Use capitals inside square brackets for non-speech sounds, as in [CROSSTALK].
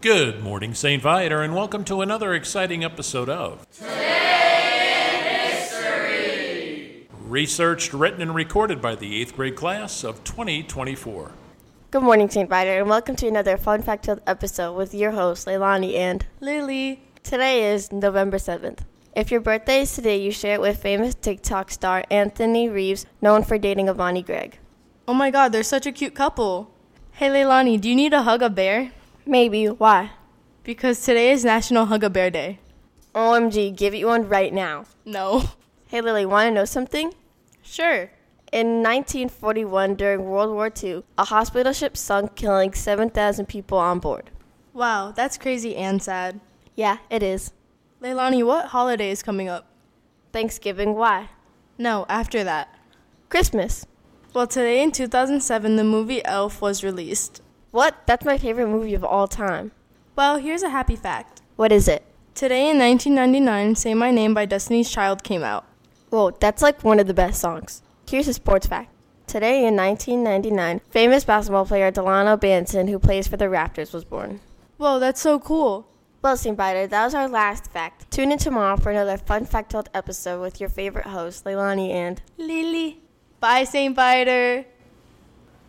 Good morning, St. Viator, and welcome to another exciting episode of Today in History. Researched, written, and recorded by the eighth grade class of 2024. Good morning, St. Vider, and welcome to another fun fact-filled episode with your hosts, Leilani and Lily. Today is November 7th. If your birthday is today, you share it with famous TikTok star Anthony Reeves, known for dating Avani Gregg. Oh my god, they're such a cute couple. Hey Leilani, do you need to hug a bear? Maybe. Why? Because today is National Hug a Bear Day. OMG, give you one right now. No. Hey, Lily, want to know something? Sure. In 1941, during World War II, a hospital ship sunk, killing 7,000 people on board. [LAUGHS] Wow, that's crazy and sad. Yeah, it is. Leilani, what holiday is coming up? Thanksgiving, why? No, after that. Christmas. Well, today in 2007, the movie Elf was released. What? That's my favorite movie of all time. Well, here's a happy fact. What is it? Today in 1999, Say My Name by Destiny's Child came out. Whoa, that's like one of the best songs. Here's a sports fact. Today in 1999, famous basketball player Delano Banton, who plays for the Raptors, was born. Whoa, that's so cool. Well, St. Biter, that was our last fact. Tune in tomorrow for another fun fact-filled episode with your favorite host, Leilani and... Lily. Bye, St. Biter.